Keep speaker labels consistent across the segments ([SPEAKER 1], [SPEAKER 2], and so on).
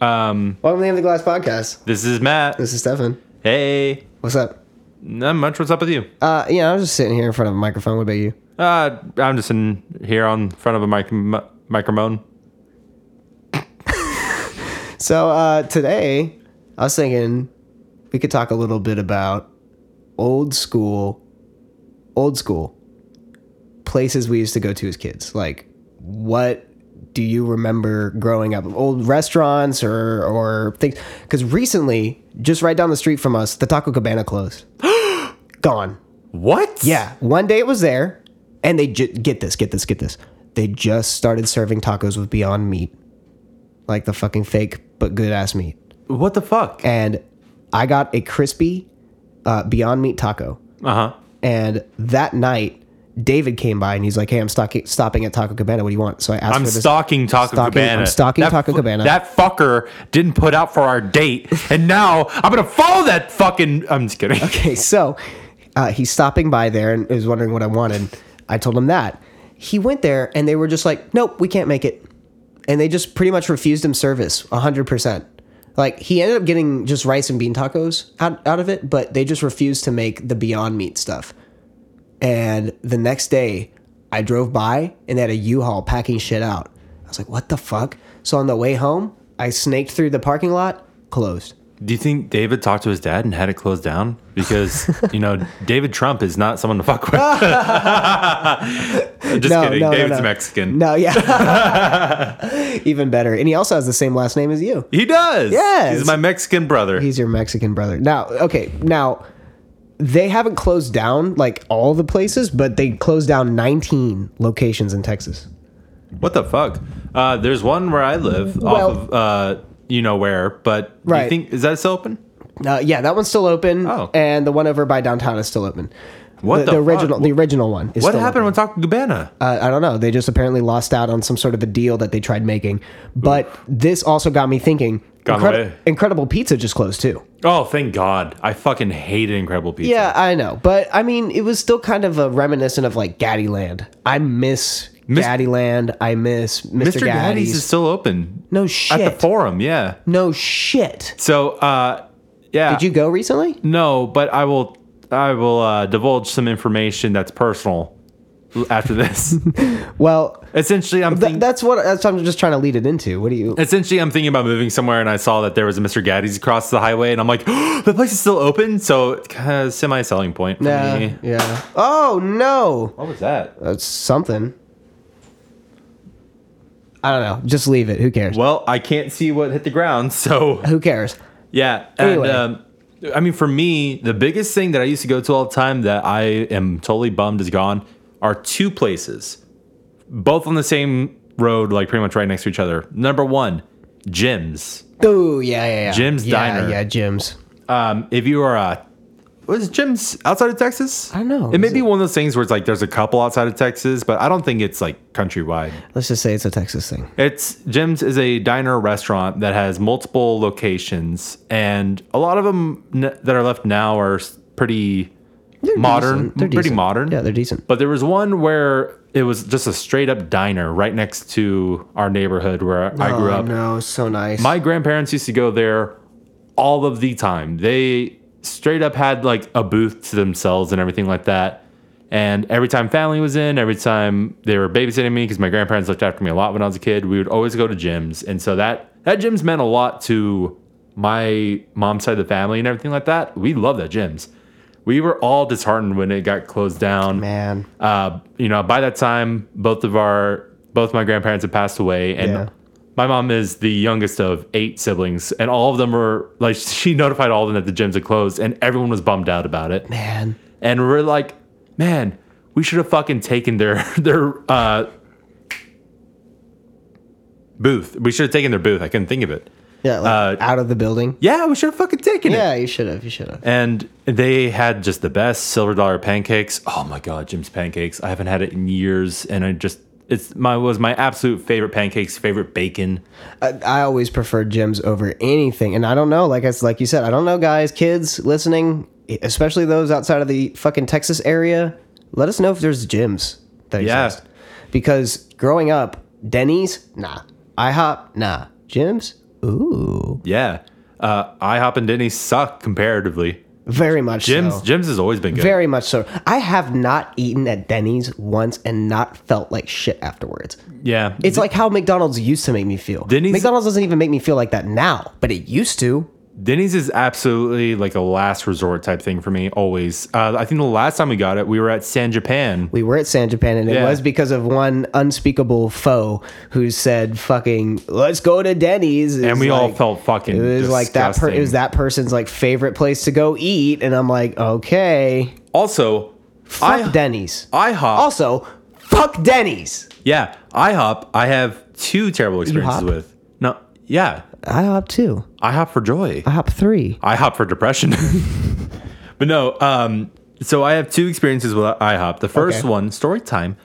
[SPEAKER 1] Um,
[SPEAKER 2] Welcome to the End of the Glass podcast.
[SPEAKER 1] this is Matt.
[SPEAKER 2] This is Stefan.
[SPEAKER 1] Hey,
[SPEAKER 2] What's up?
[SPEAKER 1] not much. What's up with you?
[SPEAKER 2] Uh, yeah, I was just sitting here in front of a microphone. What about you?
[SPEAKER 1] Uh, I'm just in here on front of a mic- m- microphone.
[SPEAKER 2] So uh, today, I was thinking we could talk a little bit about old school, old school places we used to go to as kids. Like, what do you remember growing up? Old restaurants or or things? Because recently, just right down the street from us, the Taco Cabana closed. Gone.
[SPEAKER 1] What?
[SPEAKER 2] Yeah, one day it was there, and they ju- get this, get this, get this. They just started serving tacos with Beyond Meat, like the fucking fake but good ass meat.
[SPEAKER 1] What the fuck?
[SPEAKER 2] And I got a crispy uh, Beyond Meat taco.
[SPEAKER 1] Uh huh.
[SPEAKER 2] And that night, David came by and he's like, "Hey, I'm stocking, stopping at Taco Cabana. What do you want?" So I asked
[SPEAKER 1] I'm
[SPEAKER 2] for this.
[SPEAKER 1] stalking Taco
[SPEAKER 2] Stalking-
[SPEAKER 1] Cabana.
[SPEAKER 2] I'm stalking Taco
[SPEAKER 1] fu-
[SPEAKER 2] Cabana.
[SPEAKER 1] That fucker didn't put out for our date, and now I'm gonna follow that fucking. I'm just kidding.
[SPEAKER 2] Okay, so uh, he's stopping by there and is wondering what I wanted. I told him that. He went there and they were just like, nope, we can't make it. And they just pretty much refused him service 100%. Like, he ended up getting just rice and bean tacos out, out of it, but they just refused to make the Beyond Meat stuff. And the next day, I drove by and they had a U-Haul packing shit out. I was like, what the fuck? So on the way home, I snaked through the parking lot, closed.
[SPEAKER 1] Do you think David talked to his dad and had it closed down? Because you know, David Trump is not someone to fuck with. just kidding. David's Mexican.
[SPEAKER 2] No, yeah. Even better. And he also has the same last name as you.
[SPEAKER 1] He does.
[SPEAKER 2] Yes.
[SPEAKER 1] He's my Mexican brother.
[SPEAKER 2] He's your Mexican brother. Now, okay, now they haven't closed down like all the places, but they closed down 19 locations in Texas.
[SPEAKER 1] What the fuck? Uh, there's one where I live
[SPEAKER 2] Well-
[SPEAKER 1] off of uh, you know where, but do
[SPEAKER 2] Right.
[SPEAKER 1] you think is that still open?
[SPEAKER 2] Uh, yeah, that one's still open,
[SPEAKER 1] Oh.
[SPEAKER 2] and the one over by downtown is still open.
[SPEAKER 1] What
[SPEAKER 2] the,
[SPEAKER 1] the fuck?
[SPEAKER 2] original? The original one. Is
[SPEAKER 1] What
[SPEAKER 2] still
[SPEAKER 1] happened
[SPEAKER 2] open.
[SPEAKER 1] with Taco Cabana?
[SPEAKER 2] uh, I don't know. They just apparently lost out on some sort of a deal that they tried making. But this also got me thinking.
[SPEAKER 1] Gone
[SPEAKER 2] Incredi-
[SPEAKER 1] away.
[SPEAKER 2] Incredible Pizza just closed too.
[SPEAKER 1] Oh, thank God! I fucking hated Incredible Pizza.
[SPEAKER 2] Yeah, I know, but I mean, it was still kind of a reminiscent of like Gaddy Land. I miss
[SPEAKER 1] Mis-
[SPEAKER 2] Gaddy Land. I miss Mr.
[SPEAKER 1] Mr.
[SPEAKER 2] Gaddy's.
[SPEAKER 1] Gaddy's is still open
[SPEAKER 2] no
[SPEAKER 1] at
[SPEAKER 2] shit.
[SPEAKER 1] the Forum. Yeah.
[SPEAKER 2] no shit.
[SPEAKER 1] So, uh, yeah.
[SPEAKER 2] Did you go recently?
[SPEAKER 1] No, but I will. I will uh, divulge some information that's personal after this.
[SPEAKER 2] Well,
[SPEAKER 1] essentially, I'm
[SPEAKER 2] th-
[SPEAKER 1] thinking.
[SPEAKER 2] that's what that's what I'm just trying to lead it into. What do you?
[SPEAKER 1] Essentially, I'm thinking about moving somewhere, and I saw that there was a Mr. Gaddy's across the highway, and I'm like, the place is still open, so it's kind of semi selling point for
[SPEAKER 2] Yeah,
[SPEAKER 1] me.
[SPEAKER 2] yeah. Oh no,
[SPEAKER 1] What was that?
[SPEAKER 2] that's something. I don't know. Just leave it. Who cares?
[SPEAKER 1] Well, I can't see what hit the ground, so
[SPEAKER 2] Who cares?
[SPEAKER 1] yeah.
[SPEAKER 2] Anyway.
[SPEAKER 1] And um, I mean, for me, the biggest thing that I used to go to all the time that I am totally bummed is gone are two places, both on the same road, like pretty much right next to each other. Number one, gyms.
[SPEAKER 2] Oh yeah, yeah, yeah.
[SPEAKER 1] Jim's
[SPEAKER 2] yeah,
[SPEAKER 1] Diner.
[SPEAKER 2] Yeah, Jim's.
[SPEAKER 1] Um, if you are a what is gyms outside of Texas?
[SPEAKER 2] I don't know.
[SPEAKER 1] It may
[SPEAKER 2] Is
[SPEAKER 1] be
[SPEAKER 2] it-
[SPEAKER 1] one of those things where it's like there's a couple outside of Texas, but I don't think it's like countrywide.
[SPEAKER 2] Let's just say it's a Texas thing.
[SPEAKER 1] It's Jim's is a diner restaurant that has multiple locations, and a lot of them n- that are left now are s- pretty modern,
[SPEAKER 2] decent. They're
[SPEAKER 1] pretty
[SPEAKER 2] decent.
[SPEAKER 1] modern.
[SPEAKER 2] Yeah, they're decent.
[SPEAKER 1] But there was one where it was just a straight up diner right next to our neighborhood where I grew
[SPEAKER 2] Oh,
[SPEAKER 1] up.
[SPEAKER 2] No, so nice.
[SPEAKER 1] My grandparents used to go there all of the time. They straight up had like a booth to themselves and everything like that. And every time family was in, every time they were babysitting me, because my grandparents looked after me a lot when I was a kid, we would always go to gyms. And so that that gyms meant a lot to my mom's side of the family and everything like that. We love that gyms. We were all disheartened when it got closed down
[SPEAKER 2] man.
[SPEAKER 1] uh, you know, by that time, both of our both my grandparents had passed away, and
[SPEAKER 2] Yeah.
[SPEAKER 1] my mom is the youngest of eight siblings, and all of them were like she notified all of them that the gyms had closed, and everyone was bummed out about it.
[SPEAKER 2] Man.
[SPEAKER 1] And we're like, man, we should have fucking taken their their uh, booth. We should have taken their booth. I couldn't think of it.
[SPEAKER 2] Yeah, like,
[SPEAKER 1] Uh,
[SPEAKER 2] out of the building.
[SPEAKER 1] Yeah, we should have fucking taken it.
[SPEAKER 2] Yeah, you should have. You should have.
[SPEAKER 1] And they had just the best silver dollar pancakes. Oh my god, Jim's pancakes. I haven't had it in years and I just it's my was my absolute favorite pancakes, favorite bacon.
[SPEAKER 2] I, I always prefer gyms over anything, and I don't know. Like I s- like you said, I don't know, guys, kids listening, e, especially those outside of the fucking Texas area. Let us know if there's gyms that
[SPEAKER 1] Yeah.
[SPEAKER 2] exist. Because growing up, Denny's, nah. IHOP, nah. Gyms, Ooh,
[SPEAKER 1] Yeah. Uh, IHOP and Denny's suck comparatively.
[SPEAKER 2] very much
[SPEAKER 1] Jim's
[SPEAKER 2] so.
[SPEAKER 1] Jim's has always been good.
[SPEAKER 2] Very much so. I have not eaten at Denny's once and not felt like shit afterwards.
[SPEAKER 1] yeah.
[SPEAKER 2] It's like how McDonald's used to make me feel.
[SPEAKER 1] Denny's-
[SPEAKER 2] McDonald's doesn't even make me feel like that now, but it used to.
[SPEAKER 1] Denny's is absolutely like a last resort type thing for me always. Uh, I think the last time we got it, we were at San Japan.
[SPEAKER 2] We were at San Japan, and it
[SPEAKER 1] Yeah.
[SPEAKER 2] was because of one unspeakable foe who said, "Fucking, let's go to Denny's," It
[SPEAKER 1] and
[SPEAKER 2] was
[SPEAKER 1] we all
[SPEAKER 2] like-
[SPEAKER 1] felt fucking
[SPEAKER 2] It was like that. Per- it was
[SPEAKER 1] disgusting.
[SPEAKER 2] that person's like favorite place to go eat, and I'm like, okay,
[SPEAKER 1] Also,
[SPEAKER 2] fuck
[SPEAKER 1] I,
[SPEAKER 2] Denny's.
[SPEAKER 1] IHOP.
[SPEAKER 2] also, fuck Denny's.
[SPEAKER 1] yeah, IHOP. I have two terrible experiences
[SPEAKER 2] hop?
[SPEAKER 1] with. No, yeah,
[SPEAKER 2] I hop two.
[SPEAKER 1] IHOP for joy.
[SPEAKER 2] I hop three.
[SPEAKER 1] IHOP for depression. but no, um, so I have two experiences with IHOP. The first
[SPEAKER 2] Okay.
[SPEAKER 1] one, story time.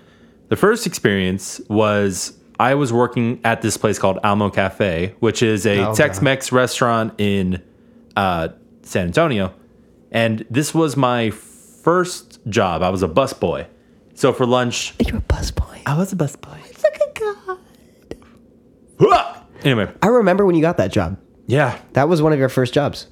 [SPEAKER 1] The first experience was I was working at this place called Almo Cafe, which is a
[SPEAKER 2] Oh,
[SPEAKER 1] Tex Mex restaurant in uh, San Antonio. And this was my first job. I was a busboy. So for lunch,
[SPEAKER 2] You're a busboy.
[SPEAKER 1] I was a busboy.
[SPEAKER 2] Look at God.
[SPEAKER 1] Anyway,
[SPEAKER 2] I remember when you got that job.
[SPEAKER 1] yeah,
[SPEAKER 2] That was one of your first jobs.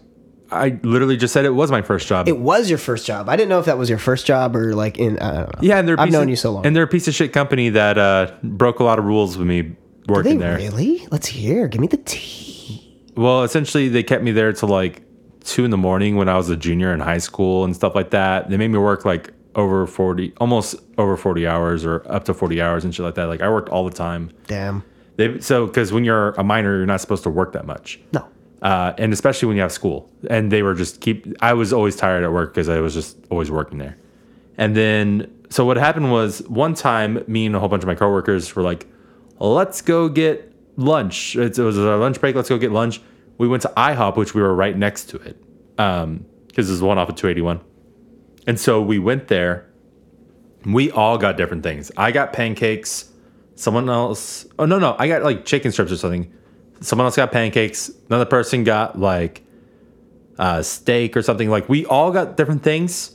[SPEAKER 1] I literally just said it was my first job.
[SPEAKER 2] It was your first job. I didn't know if that was your first job or like in. I don't know.
[SPEAKER 1] Yeah, and they're a
[SPEAKER 2] I've
[SPEAKER 1] piece
[SPEAKER 2] known
[SPEAKER 1] of-
[SPEAKER 2] you so long.
[SPEAKER 1] and they're a piece of shit company that uh, broke a lot of rules with me
[SPEAKER 2] Are they
[SPEAKER 1] working there.
[SPEAKER 2] really? Let's hear. Give me the tea.
[SPEAKER 1] Well, essentially, they kept me there till like two in the morning when I was a junior in high school and stuff like that. They made me work like over forty, almost over forty hours or up to forty hours and shit like that. Like I worked all the time.
[SPEAKER 2] Damn.
[SPEAKER 1] They so because when you're a minor, you're not supposed to work that much.
[SPEAKER 2] No.
[SPEAKER 1] Uh, and especially when you have school. And they were just keep. I was always tired at work because I was just always working there. And then so what happened was one time, me and a whole bunch of my coworkers were like, "Let's go get lunch." It's- It was our lunch break. Let's go get lunch. We went to IHOP, which we were right next to it, because this is one off of 281. And so we went there. We all got different things. I got pancakes. Someone else. Oh no, no, I got like chicken strips or something. Someone else got pancakes. Another person got like uh, steak or something. Like we all got different things.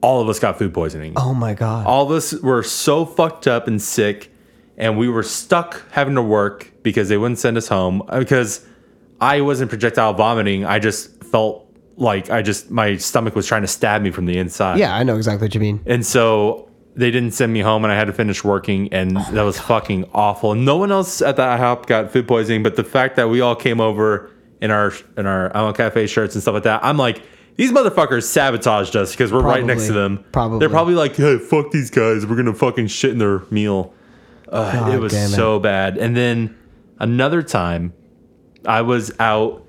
[SPEAKER 1] All of us got food poisoning.
[SPEAKER 2] Oh my God.
[SPEAKER 1] All of us were so fucked up and sick, and we were stuck having to work because they wouldn't send us home. Uh, Because I wasn't projectile vomiting. I just felt like I just my stomach was trying to stab me from the inside.
[SPEAKER 2] yeah, I know exactly what you mean.
[SPEAKER 1] And so they didn't send me home, and I had to finish working, and
[SPEAKER 2] Oh
[SPEAKER 1] that was fucking awful. And no one else at the IHOP got food poisoning, but the fact that we all came over in our in our Alamo Cafe shirts and stuff like that, I'm like, these motherfuckers sabotaged us because we're right next to
[SPEAKER 2] Probably.
[SPEAKER 1] them.
[SPEAKER 2] Probably.
[SPEAKER 1] they're probably like, hey, fuck these guys, we're gonna fucking shit in their meal. Uh, it
[SPEAKER 2] God
[SPEAKER 1] was
[SPEAKER 2] damn it.
[SPEAKER 1] so bad. And then another time, I was out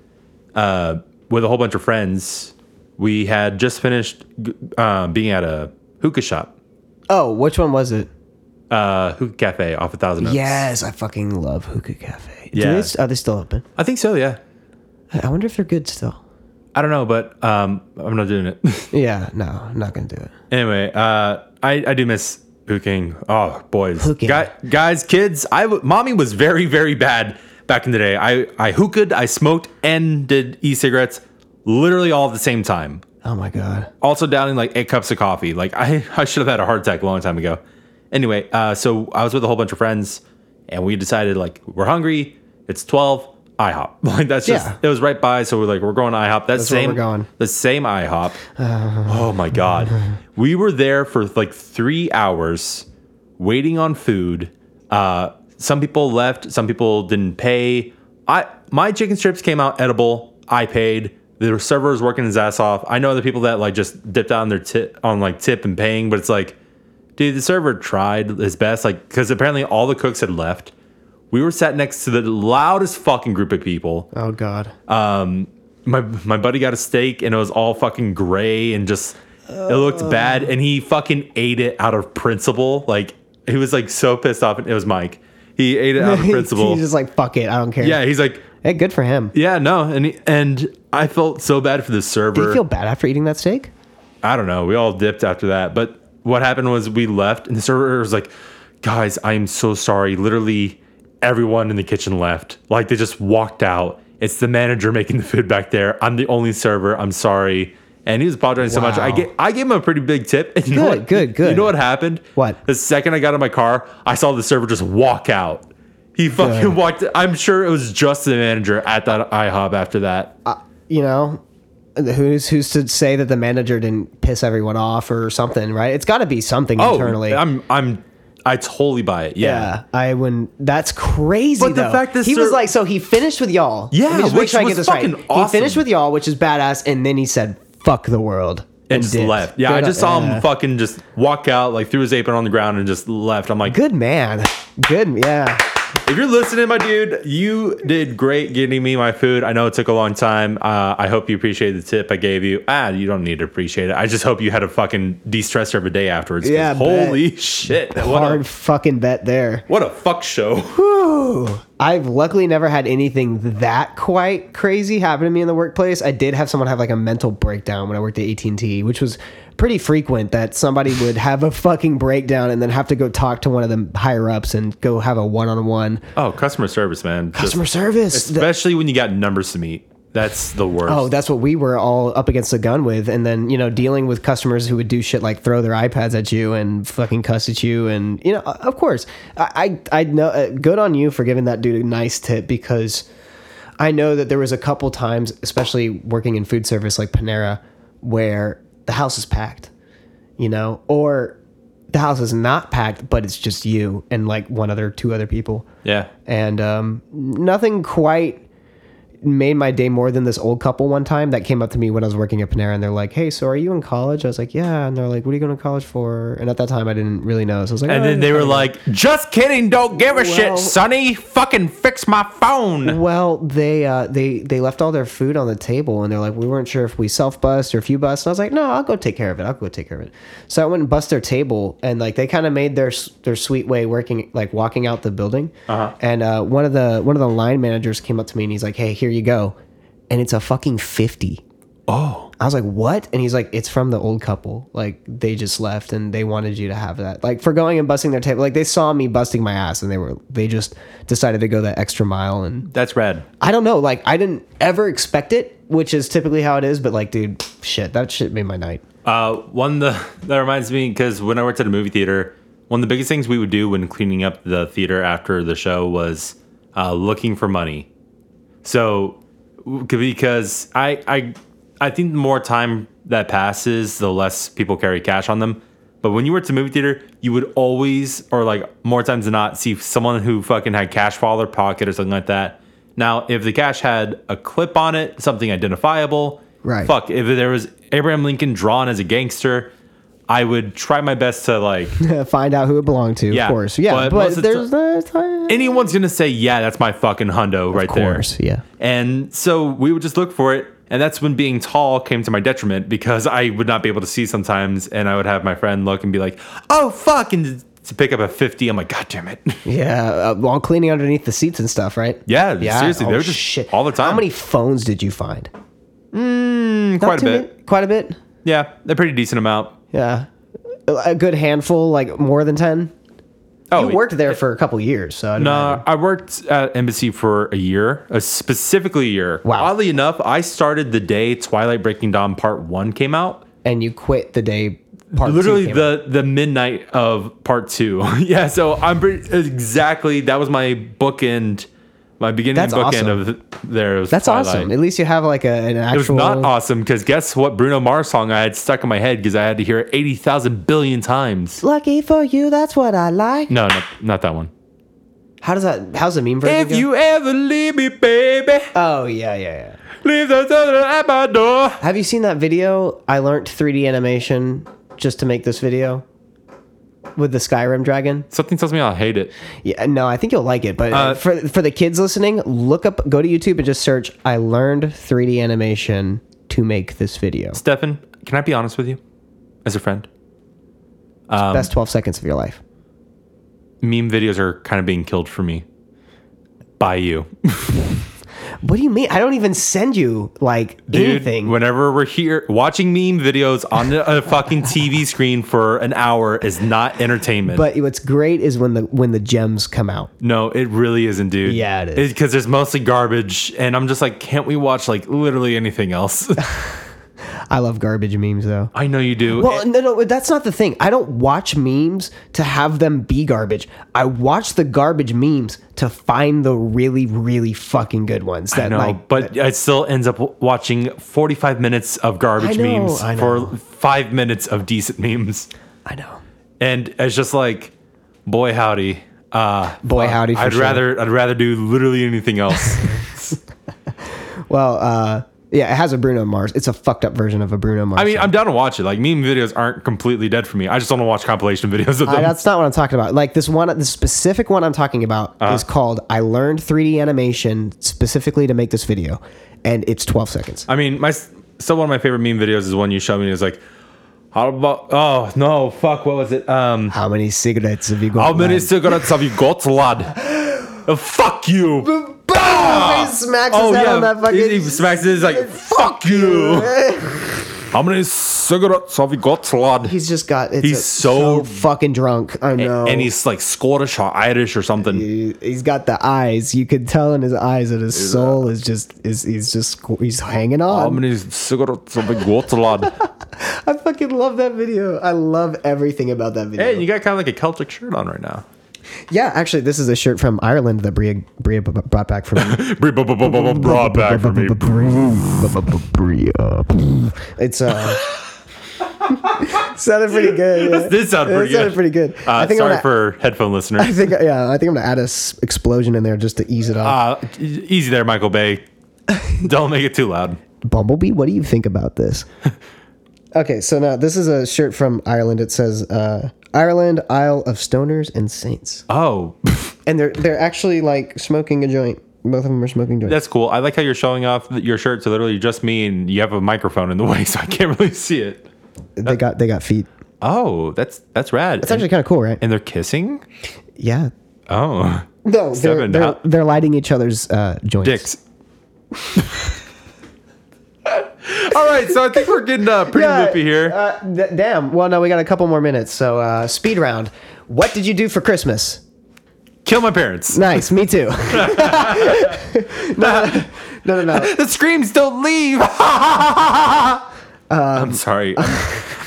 [SPEAKER 1] uh, with a whole bunch of friends. We had just finished g- uh, being at a hookah shop
[SPEAKER 2] Oh, which one was it?
[SPEAKER 1] uh, Hookah Cafe off a thousand notes.
[SPEAKER 2] Yes, I fucking love Hookah Cafe. Do
[SPEAKER 1] Yeah.
[SPEAKER 2] they, are they still open?
[SPEAKER 1] I think so. Yeah,
[SPEAKER 2] I wonder if they're good still.
[SPEAKER 1] I don't know, but um, I'm not doing it
[SPEAKER 2] Yeah, no, I'm not gonna do it.
[SPEAKER 1] anyway. Uh, I I do miss hooking. Oh, boys,
[SPEAKER 2] Hooking.
[SPEAKER 1] Guy, guys, kids. I w- mommy was very very bad back in the day. I I hookahed, I smoked, and did e-cigarettes literally all at the same time.
[SPEAKER 2] Oh my god.
[SPEAKER 1] also downing like eight cups of coffee. Like I, I should have had a heart attack a long time ago. Anyway, uh, so I was with a whole bunch of friends, and we decided like we're hungry. It's twelve. IHOP. Like that's just
[SPEAKER 2] Yeah.
[SPEAKER 1] it was right by. So we're like we're going to IHOP. That
[SPEAKER 2] where
[SPEAKER 1] same
[SPEAKER 2] we're going. Uh.
[SPEAKER 1] the same IHOP. oh my god, we were there for like three hours waiting on food. Uh, some people left. Some people didn't pay. I my chicken strips came out edible. I paid. The server was working his ass off. I know other people that like just dipped out on their tip on like tip and paying, but it's like, dude, the server tried his best. Like, because apparently all the cooks had left. We were sat next to the loudest fucking group of people
[SPEAKER 2] Oh god.
[SPEAKER 1] um, my my buddy got a steak and it was all fucking gray and just it looked bad and he fucking ate it out of principle. Like he was like so pissed off and it was Mike. He ate it out of principle.
[SPEAKER 2] He's just like fuck it. I don't care.
[SPEAKER 1] yeah, he's like
[SPEAKER 2] Hey, good for him.
[SPEAKER 1] yeah no and he, and I felt so bad for the server.
[SPEAKER 2] Did you feel bad after eating that steak?
[SPEAKER 1] I don't know. We all dipped after that. But what happened was we left, and the server was like, "Guys, I'm so sorry. Literally, everyone in the kitchen left. Like they just walked out. It's the manager making the food back there. I'm the only server. I'm sorry." And he was apologizing so much. I
[SPEAKER 2] Wow.
[SPEAKER 1] get, I gave him a pretty big tip. And you know
[SPEAKER 2] Good,
[SPEAKER 1] what-
[SPEAKER 2] good,
[SPEAKER 1] You
[SPEAKER 2] good.
[SPEAKER 1] know what happened?
[SPEAKER 2] What?
[SPEAKER 1] The second I got in my car, I saw the server just walk out. He fucking walked. I'm sure it was just the manager at that IHOP after that.
[SPEAKER 2] you know who's who's to say that the manager didn't piss everyone off or something right it's got to be something internally
[SPEAKER 1] Oh, I'm I'm I totally buy it. Yeah.
[SPEAKER 2] yeah, I wouldn't. That's crazy.
[SPEAKER 1] But the
[SPEAKER 2] though.
[SPEAKER 1] fact that
[SPEAKER 2] he was
[SPEAKER 1] Sir-
[SPEAKER 2] like, so he finished with y'all.
[SPEAKER 1] Yeah,
[SPEAKER 2] Let me just make
[SPEAKER 1] which
[SPEAKER 2] sure I
[SPEAKER 1] was
[SPEAKER 2] get this right.
[SPEAKER 1] fucking awesome.
[SPEAKER 2] He finished with y'all, which is badass, and then he said, "Fuck the world,"
[SPEAKER 1] And, just
[SPEAKER 2] dipped.
[SPEAKER 1] left. Yeah, I
[SPEAKER 2] Straight
[SPEAKER 1] just
[SPEAKER 2] up,
[SPEAKER 1] saw
[SPEAKER 2] yeah.
[SPEAKER 1] him fucking just walk out, like threw his apron on the ground and just left. I'm like,
[SPEAKER 2] Good man. Good. Yeah.
[SPEAKER 1] if you're listening, my dude, you did great getting me my food. I know it took a long time. Uh, I hope you appreciate the tip I gave you. Ah, you don't need to appreciate it. I just hope you had a fucking de stressor of a day afterwards. 'cause
[SPEAKER 2] Yeah, I bet.
[SPEAKER 1] holy shit. What
[SPEAKER 2] Hard
[SPEAKER 1] a,
[SPEAKER 2] fucking bet there.
[SPEAKER 1] what a fuck show.
[SPEAKER 2] Whew. I've luckily never had anything that quite crazy happen to me in the workplace. I did have someone have like a mental breakdown when I worked at AT&T, which was pretty frequent that somebody would have a fucking breakdown and then have to go talk to one of the higher ups and go have a one-on-one
[SPEAKER 1] Oh, customer service, man. Just-
[SPEAKER 2] customer service. The-
[SPEAKER 1] especially when you got numbers to meet. That's the worst.
[SPEAKER 2] Oh, that's what we were all up against the gun with, and then you know dealing with customers who would do shit like throw their iPads at you and fucking cuss at you, and you know, uh, of course, I I, I know. Uh, good on you for giving that dude a nice tip because I know that there was a couple times, especially working in food service like Panera, where the house is packed, you know, or the house is not packed, but it's just you and like one other, two other people
[SPEAKER 1] yeah.
[SPEAKER 2] and um, nothing quite made my day more than this old couple one time that came up to me when I was working at Panera and they're like, "Hey, so are you in college?" I was like, "Yeah," and they're like, "What are you going to college for?" And at that time, I didn't really know, so I was like,
[SPEAKER 1] And
[SPEAKER 2] "Oh,
[SPEAKER 1] then
[SPEAKER 2] I'm
[SPEAKER 1] they
[SPEAKER 2] in
[SPEAKER 1] were
[SPEAKER 2] college."
[SPEAKER 1] like, "Just kidding, don't give a
[SPEAKER 2] Well-
[SPEAKER 1] shit, Sonny. Fucking fix my phone."
[SPEAKER 2] "Well, they uh, they they left all their food on the table, and they're like, we weren't sure if we self bust or if you bust." And I was like, "No, I'll go take care of it. I'll go take care of it." So I went and bust their table, and like they kind of made their their sweet way working, like walking out the building. Uh-huh. And uh, one of the one of the line managers came up to me and he's like, "Hey, here you go," and it's a fucking fifty.
[SPEAKER 1] Oh,
[SPEAKER 2] I was like, "What?" And he's like, "It's from the old couple. Like they just left, and they wanted you to have that. Like for going and busting their table. Like they saw me busting my ass, and they were they just decided to go that extra mile. And
[SPEAKER 1] that's rad.
[SPEAKER 2] I don't know. Like I didn't ever expect it, which is typically how it is. But like, dude, shit, that shit made my night.
[SPEAKER 1] Uh, one the that reminds me because when I worked at a movie theater, one of the biggest things we would do when cleaning up the theater after the show was uh, looking for money. So w- because I I I think the more time that passes, the less people carry cash on them. But when you worked at a movie theater, you would always, or like more times than not, see someone who fucking had cash fall out of their pocket or something like that. Now, if the cash had a clip on it, something identifiable,
[SPEAKER 2] Right.
[SPEAKER 1] Fuck, if there was Abraham Lincoln drawn as a gangster, I would try my best to like
[SPEAKER 2] Find out who it belonged to,
[SPEAKER 1] Yeah,
[SPEAKER 2] of course. Yeah,
[SPEAKER 1] but
[SPEAKER 2] but,
[SPEAKER 1] most of the
[SPEAKER 2] there's uh,
[SPEAKER 1] anyone's gonna say, yeah, that's my fucking hundo right
[SPEAKER 2] of course,
[SPEAKER 1] there.
[SPEAKER 2] yeah.
[SPEAKER 1] And so we would just look for it, and that's when being tall came to my detriment because I would not be able to see sometimes, and I would have my friend look and be like, oh fuck, and to pick up a fifty, I'm like, god damn it.
[SPEAKER 2] Yeah, uh, while cleaning underneath the seats and stuff, right? Oh,
[SPEAKER 1] Yeah, seriously, they were just all the time.
[SPEAKER 2] How many phones did you find?
[SPEAKER 1] Mm, quite a
[SPEAKER 2] Hmm, Too
[SPEAKER 1] bit.
[SPEAKER 2] many- Quite a bit.
[SPEAKER 1] Yeah, a pretty decent amount.
[SPEAKER 2] Yeah. A good handful, like more than 10.
[SPEAKER 1] Oh,
[SPEAKER 2] you worked there for a couple years, so I don't know.
[SPEAKER 1] No, I worked at Embassy for a year, a specifically a year.
[SPEAKER 2] Wow.
[SPEAKER 1] Oddly enough, I started the day Twilight Breaking Dawn Part One came out.
[SPEAKER 2] And you quit the day part two
[SPEAKER 1] Literally
[SPEAKER 2] came out.
[SPEAKER 1] the the midnight of Part Two. yeah, so I'm pretty, exactly that was my bookend, my beginning
[SPEAKER 2] That's
[SPEAKER 1] bookend
[SPEAKER 2] awesome.
[SPEAKER 1] of there. Was
[SPEAKER 2] That's
[SPEAKER 1] Twilight.
[SPEAKER 2] awesome. At least you have like a, an
[SPEAKER 1] It was
[SPEAKER 2] actual.
[SPEAKER 1] not awesome because guess what Bruno Mars song I had stuck in my head because I had to hear it eighty thousand billion times.
[SPEAKER 2] Lucky for you, that's what I like.
[SPEAKER 1] No, no, not that one.
[SPEAKER 2] How does that. How's the meme version?
[SPEAKER 1] If
[SPEAKER 2] go?
[SPEAKER 1] you ever leave me, baby,
[SPEAKER 2] Oh, yeah, yeah, yeah.
[SPEAKER 1] leave the door at my door.
[SPEAKER 2] Have you seen that video? I learned 3D animation just to make this video with the Skyrim dragon.
[SPEAKER 1] Something tells me I'll hate it.
[SPEAKER 2] Yeah, no, I think you'll like it. But uh, for for the kids listening, look up, go to YouTube and just search. I learned 3D animation to make this video.
[SPEAKER 1] Stefan, can I be honest with you? As a friend, Um,
[SPEAKER 2] Best 12 seconds of your life.
[SPEAKER 1] meme videos are kind of being killed for me by you.
[SPEAKER 2] What do you mean? I don't even send you like
[SPEAKER 1] Dude,
[SPEAKER 2] anything.
[SPEAKER 1] whenever we're here watching meme videos on a fucking TV screen for an hour is not entertainment.
[SPEAKER 2] but what's great is when the when the gems come out.
[SPEAKER 1] no, it really isn't, dude.
[SPEAKER 2] Yeah, it is.
[SPEAKER 1] Because there's mostly garbage, and I'm just like, can't we watch like literally anything else?
[SPEAKER 2] I love garbage memes though.
[SPEAKER 1] I know you do.
[SPEAKER 2] Well, no, no, that's not the thing. I don't watch memes to have them be garbage. I watch the garbage memes to find the really, really fucking good ones.
[SPEAKER 1] I
[SPEAKER 2] That
[SPEAKER 1] know,
[SPEAKER 2] like,
[SPEAKER 1] but it still ends up watching 45 minutes of garbage
[SPEAKER 2] I know,
[SPEAKER 1] memes
[SPEAKER 2] I know.
[SPEAKER 1] for five minutes of decent memes.
[SPEAKER 2] I know.
[SPEAKER 1] And it's just like, boy, howdy. Uh,
[SPEAKER 2] Boy, howdy! For
[SPEAKER 1] I'd
[SPEAKER 2] sure.
[SPEAKER 1] rather I'd rather do literally anything else.
[SPEAKER 2] Well, uh, yeah, it has a Bruno Mars. It's a fucked up version of a Bruno Mars.
[SPEAKER 1] I mean, I'm down to watch it. Like meme videos aren't completely dead for me. I just don't want to watch compilation videos of them.
[SPEAKER 2] I- that's not what I'm talking about. Like this one, the specific one I'm talking about
[SPEAKER 1] Uh-huh.
[SPEAKER 2] is called "I Learned 3D Animation specifically to make this video," and it's 12 seconds.
[SPEAKER 1] I mean, my still one of my favorite meme videos is one you showed me. It was like, how about? Oh no, fuck! What was it? Um,
[SPEAKER 2] How many cigarettes have you got?
[SPEAKER 1] how many
[SPEAKER 2] left?
[SPEAKER 1] cigarettes have you got, lad? Uh, fuck you!
[SPEAKER 2] Boom! He smacks his head on that fucking.
[SPEAKER 1] Oh, he, he smacks it. He's like, fuck you! how many cigarettes have you got, lad?
[SPEAKER 2] He's just got. It's
[SPEAKER 1] He's
[SPEAKER 2] a-
[SPEAKER 1] so-
[SPEAKER 2] fucking drunk. I know.
[SPEAKER 1] and he's like Scottish or Irish or something.
[SPEAKER 2] He- he's got the eyes. You could tell in his eyes that his soul is just is he's just he's hanging
[SPEAKER 1] How
[SPEAKER 2] on.
[SPEAKER 1] many cigarettes have you got, lad?
[SPEAKER 2] I fucking love that video. I love everything about that video.
[SPEAKER 1] hey, you got kind of like a Celtic shirt on right now.
[SPEAKER 2] Yeah, actually, this is a shirt from Ireland that Bria Bria b- brought back for me.
[SPEAKER 1] Brought back for me.
[SPEAKER 2] Bria. It's uh. sounded pretty good. Yeah.
[SPEAKER 1] Did sound
[SPEAKER 2] It
[SPEAKER 1] pretty
[SPEAKER 2] sounded
[SPEAKER 1] good.
[SPEAKER 2] pretty good.
[SPEAKER 1] Uh,
[SPEAKER 2] I think I'm
[SPEAKER 1] sorry
[SPEAKER 2] gonna-
[SPEAKER 1] for headphone listeners.
[SPEAKER 2] I think yeah, I think I'm gonna add a s- explosion in there just to ease it off.
[SPEAKER 1] Uh, e- easy there, Michael Bay. Don't make it too loud.
[SPEAKER 2] Bumblebee, what do you think about this? okay, so now this is a shirt from Ireland. It says uh, Ireland, Isle of Stoners and Saints,
[SPEAKER 1] Oh,
[SPEAKER 2] and they're they're actually like smoking a joint. Both of them are smoking joints.
[SPEAKER 1] that's cool. I like how you're showing off th- your shirt to literally just me, and you have a microphone in the way, so I can't really see it.
[SPEAKER 2] they got they got feet.
[SPEAKER 1] Oh, that's that's rad.
[SPEAKER 2] It's actually kind of cool, right?
[SPEAKER 1] uh, and they're kissing.
[SPEAKER 2] yeah.
[SPEAKER 1] Oh,
[SPEAKER 2] No, they're,
[SPEAKER 1] Seven,
[SPEAKER 2] they're,
[SPEAKER 1] how-
[SPEAKER 2] they're lighting each other's uh, joints.
[SPEAKER 1] dicks. All right, so I think we're getting uh, pretty
[SPEAKER 2] Yeah,
[SPEAKER 1] loopy here.
[SPEAKER 2] Uh, th- damn. Well, no, we got a couple more minutes. So, uh, speed round. What did you do for Christmas?
[SPEAKER 1] Kill my parents.
[SPEAKER 2] Nice. Me too. no, no, no, no.
[SPEAKER 1] The screams don't leave.
[SPEAKER 2] Um,
[SPEAKER 1] I'm sorry.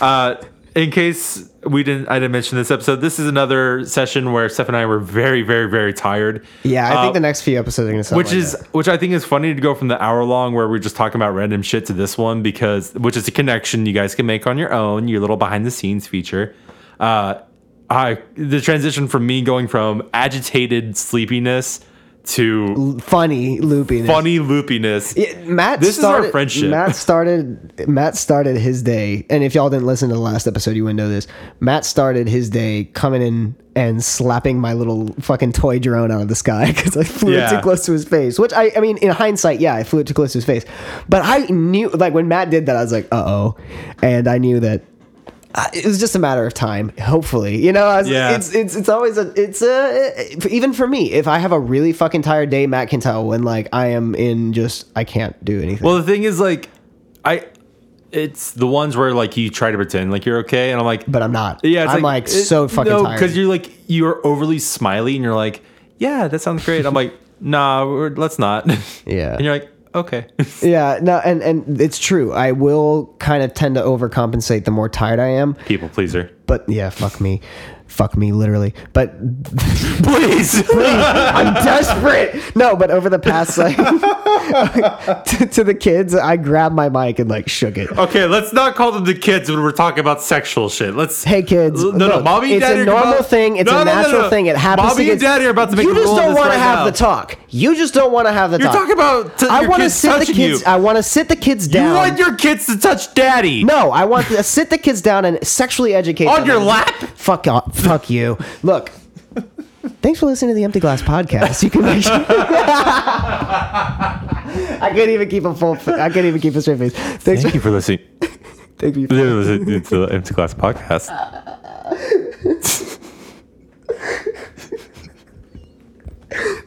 [SPEAKER 1] uh, in case we didn't, I didn't mention this episode. This is another session where Steph and I were very, very, very tired.
[SPEAKER 2] Yeah, I
[SPEAKER 1] Uh,
[SPEAKER 2] think the next few episodes are going to sound
[SPEAKER 1] which
[SPEAKER 2] like
[SPEAKER 1] is
[SPEAKER 2] that.
[SPEAKER 1] which I think is funny to go from the hour long where we're just talking about random shit to this one because which is a connection you guys can make on your own, your little behind the scenes feature. Uh, I the transition from me going from agitated sleepiness to
[SPEAKER 2] funny loopiness.
[SPEAKER 1] funny loopiness.
[SPEAKER 2] Yeah, Matt
[SPEAKER 1] This is our
[SPEAKER 2] started,
[SPEAKER 1] friendship.
[SPEAKER 2] Matt started Matt started his day, and if y'all didn't listen to the last episode, you wouldn't know this. Matt started his day coming in and slapping my little fucking toy drone out of the sky because I flew it
[SPEAKER 1] Yeah.
[SPEAKER 2] too close to his face. Which I, I mean, in hindsight, yeah, I flew it too close to his face. But I knew, like when Matt did that, I was like, uh oh, and I knew that. Uh, it was just a matter of time. Hopefully, you know, I was,
[SPEAKER 1] Yeah.
[SPEAKER 2] it's it's it's always a it's a even for me. If I have a really fucking tired day, Matt can tell when like I am in just I can't do anything.
[SPEAKER 1] Well, the thing is, like, I it's the ones where like you try to pretend like you're okay, and I'm like,
[SPEAKER 2] but I'm not.
[SPEAKER 1] yeah, it's
[SPEAKER 2] I'm like,
[SPEAKER 1] it-
[SPEAKER 2] so fucking
[SPEAKER 1] no,
[SPEAKER 2] tired.
[SPEAKER 1] because you're like you're overly smiley, and you're like, yeah, that sounds great. I'm like, nah, we're, let's not.
[SPEAKER 2] Yeah.
[SPEAKER 1] and you're like, okay.
[SPEAKER 2] yeah, no, and and it's true. I will kind of tend to overcompensate the more tired I am.
[SPEAKER 1] People pleaser.
[SPEAKER 2] But yeah, fuck me, fuck me, literally. But
[SPEAKER 1] Please.
[SPEAKER 2] I'm desperate. No, but over the past like to, to the kids, I grabbed my mic and like shook it.
[SPEAKER 1] okay, let's not call them the kids when we're talking about sexual shit. Let's
[SPEAKER 2] Hey kids,
[SPEAKER 1] No, no,
[SPEAKER 2] look,
[SPEAKER 1] mommy and
[SPEAKER 2] It's
[SPEAKER 1] daddy
[SPEAKER 2] a
[SPEAKER 1] are
[SPEAKER 2] normal
[SPEAKER 1] about-
[SPEAKER 2] thing. It's
[SPEAKER 1] No,
[SPEAKER 2] a
[SPEAKER 1] no, no,
[SPEAKER 2] natural
[SPEAKER 1] no.
[SPEAKER 2] thing. It happens.
[SPEAKER 1] Mommy
[SPEAKER 2] to
[SPEAKER 1] and
[SPEAKER 2] kids.
[SPEAKER 1] daddy are about to make
[SPEAKER 2] You
[SPEAKER 1] a
[SPEAKER 2] just
[SPEAKER 1] rule on
[SPEAKER 2] don't
[SPEAKER 1] this
[SPEAKER 2] wanna
[SPEAKER 1] right
[SPEAKER 2] have
[SPEAKER 1] now.
[SPEAKER 2] the talk. You just don't want to have the
[SPEAKER 1] You're
[SPEAKER 2] talk.
[SPEAKER 1] talking about t-
[SPEAKER 2] I
[SPEAKER 1] your
[SPEAKER 2] want to
[SPEAKER 1] kids
[SPEAKER 2] sit the
[SPEAKER 1] touching
[SPEAKER 2] kids.
[SPEAKER 1] you.
[SPEAKER 2] I want to sit the kids down.
[SPEAKER 1] you want your kids to touch daddy.
[SPEAKER 2] No, I want to sit the kids down and sexually educate
[SPEAKER 1] On
[SPEAKER 2] them.
[SPEAKER 1] your lap?
[SPEAKER 2] Fuck off. Fuck you. Look. Thanks for listening to the Empty Glass podcast. You can. Make I couldn't even keep a full. I couldn't even keep a straight face. Thanks.
[SPEAKER 1] Thank you for listening.
[SPEAKER 2] for, thank you.
[SPEAKER 1] listening to the Empty Class podcast.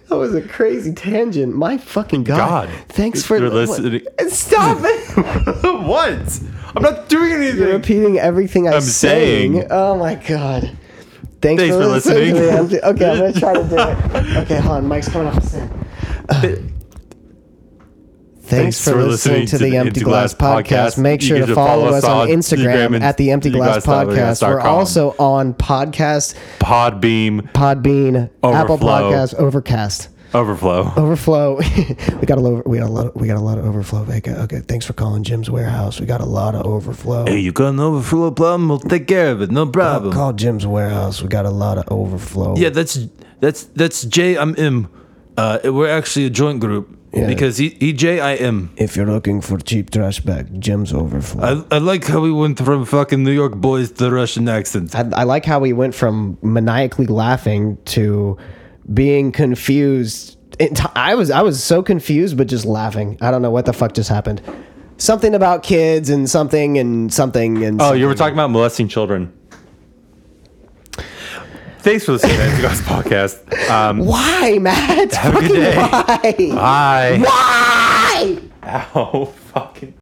[SPEAKER 2] That was a crazy tangent. My fucking god.
[SPEAKER 1] God.
[SPEAKER 2] Thanks for
[SPEAKER 1] You're listening.
[SPEAKER 2] Stop it.
[SPEAKER 1] what? I'm not doing anything.
[SPEAKER 2] You're repeating everything I'm,
[SPEAKER 1] I'm
[SPEAKER 2] saying.
[SPEAKER 1] saying.
[SPEAKER 2] Oh my god. Thanks,
[SPEAKER 1] Thanks for
[SPEAKER 2] to the
[SPEAKER 1] listening.
[SPEAKER 2] Empty- okay, I'm gonna try to do it. Okay, hold on. Mike's coming off the stand. Thanks, for, listening, to the Empty Glass, podcast. Make
[SPEAKER 1] You
[SPEAKER 2] sure
[SPEAKER 1] can
[SPEAKER 2] to follow us on Instagram,
[SPEAKER 1] and
[SPEAKER 2] at the Empty Glass, Podcast. We're
[SPEAKER 1] emptyglasspodcast.com.
[SPEAKER 2] also on podcast,
[SPEAKER 1] Podbeam
[SPEAKER 2] Podbean, Apple
[SPEAKER 1] Overflow.
[SPEAKER 2] Podcasts, Overcast,
[SPEAKER 1] Overflow.
[SPEAKER 2] Overflow. we got a lot. We got a lot. We got a lot of overflow. Vega. Okay, thanks for calling Jim's Warehouse. We got a lot of overflow.
[SPEAKER 1] Hey, you got an overflow problem? We'll take care of it. No problem.
[SPEAKER 2] Call Jim's Warehouse. We got a lot of overflow.
[SPEAKER 1] Uh, Yeah, that's that's that's J. I'm M. Uh, we're actually a joint group because he, he J. I M.
[SPEAKER 2] If you're looking for cheap trash bag, Jim's overflow.
[SPEAKER 1] I, I like how we went from fucking New York boys to Russian accent.
[SPEAKER 2] I, I like how we went from maniacally laughing to being confused. It- I was I was so confused, but just laughing. I don't know what the fuck just happened. Something about kids and something and something and.
[SPEAKER 1] Oh, you were talking about molesting children. Thanks for listening to the Guys podcast. Um,
[SPEAKER 2] why, Matt?
[SPEAKER 1] Have a good
[SPEAKER 2] Fucking Why?
[SPEAKER 1] bye.
[SPEAKER 2] Why?
[SPEAKER 1] Ow, fucking.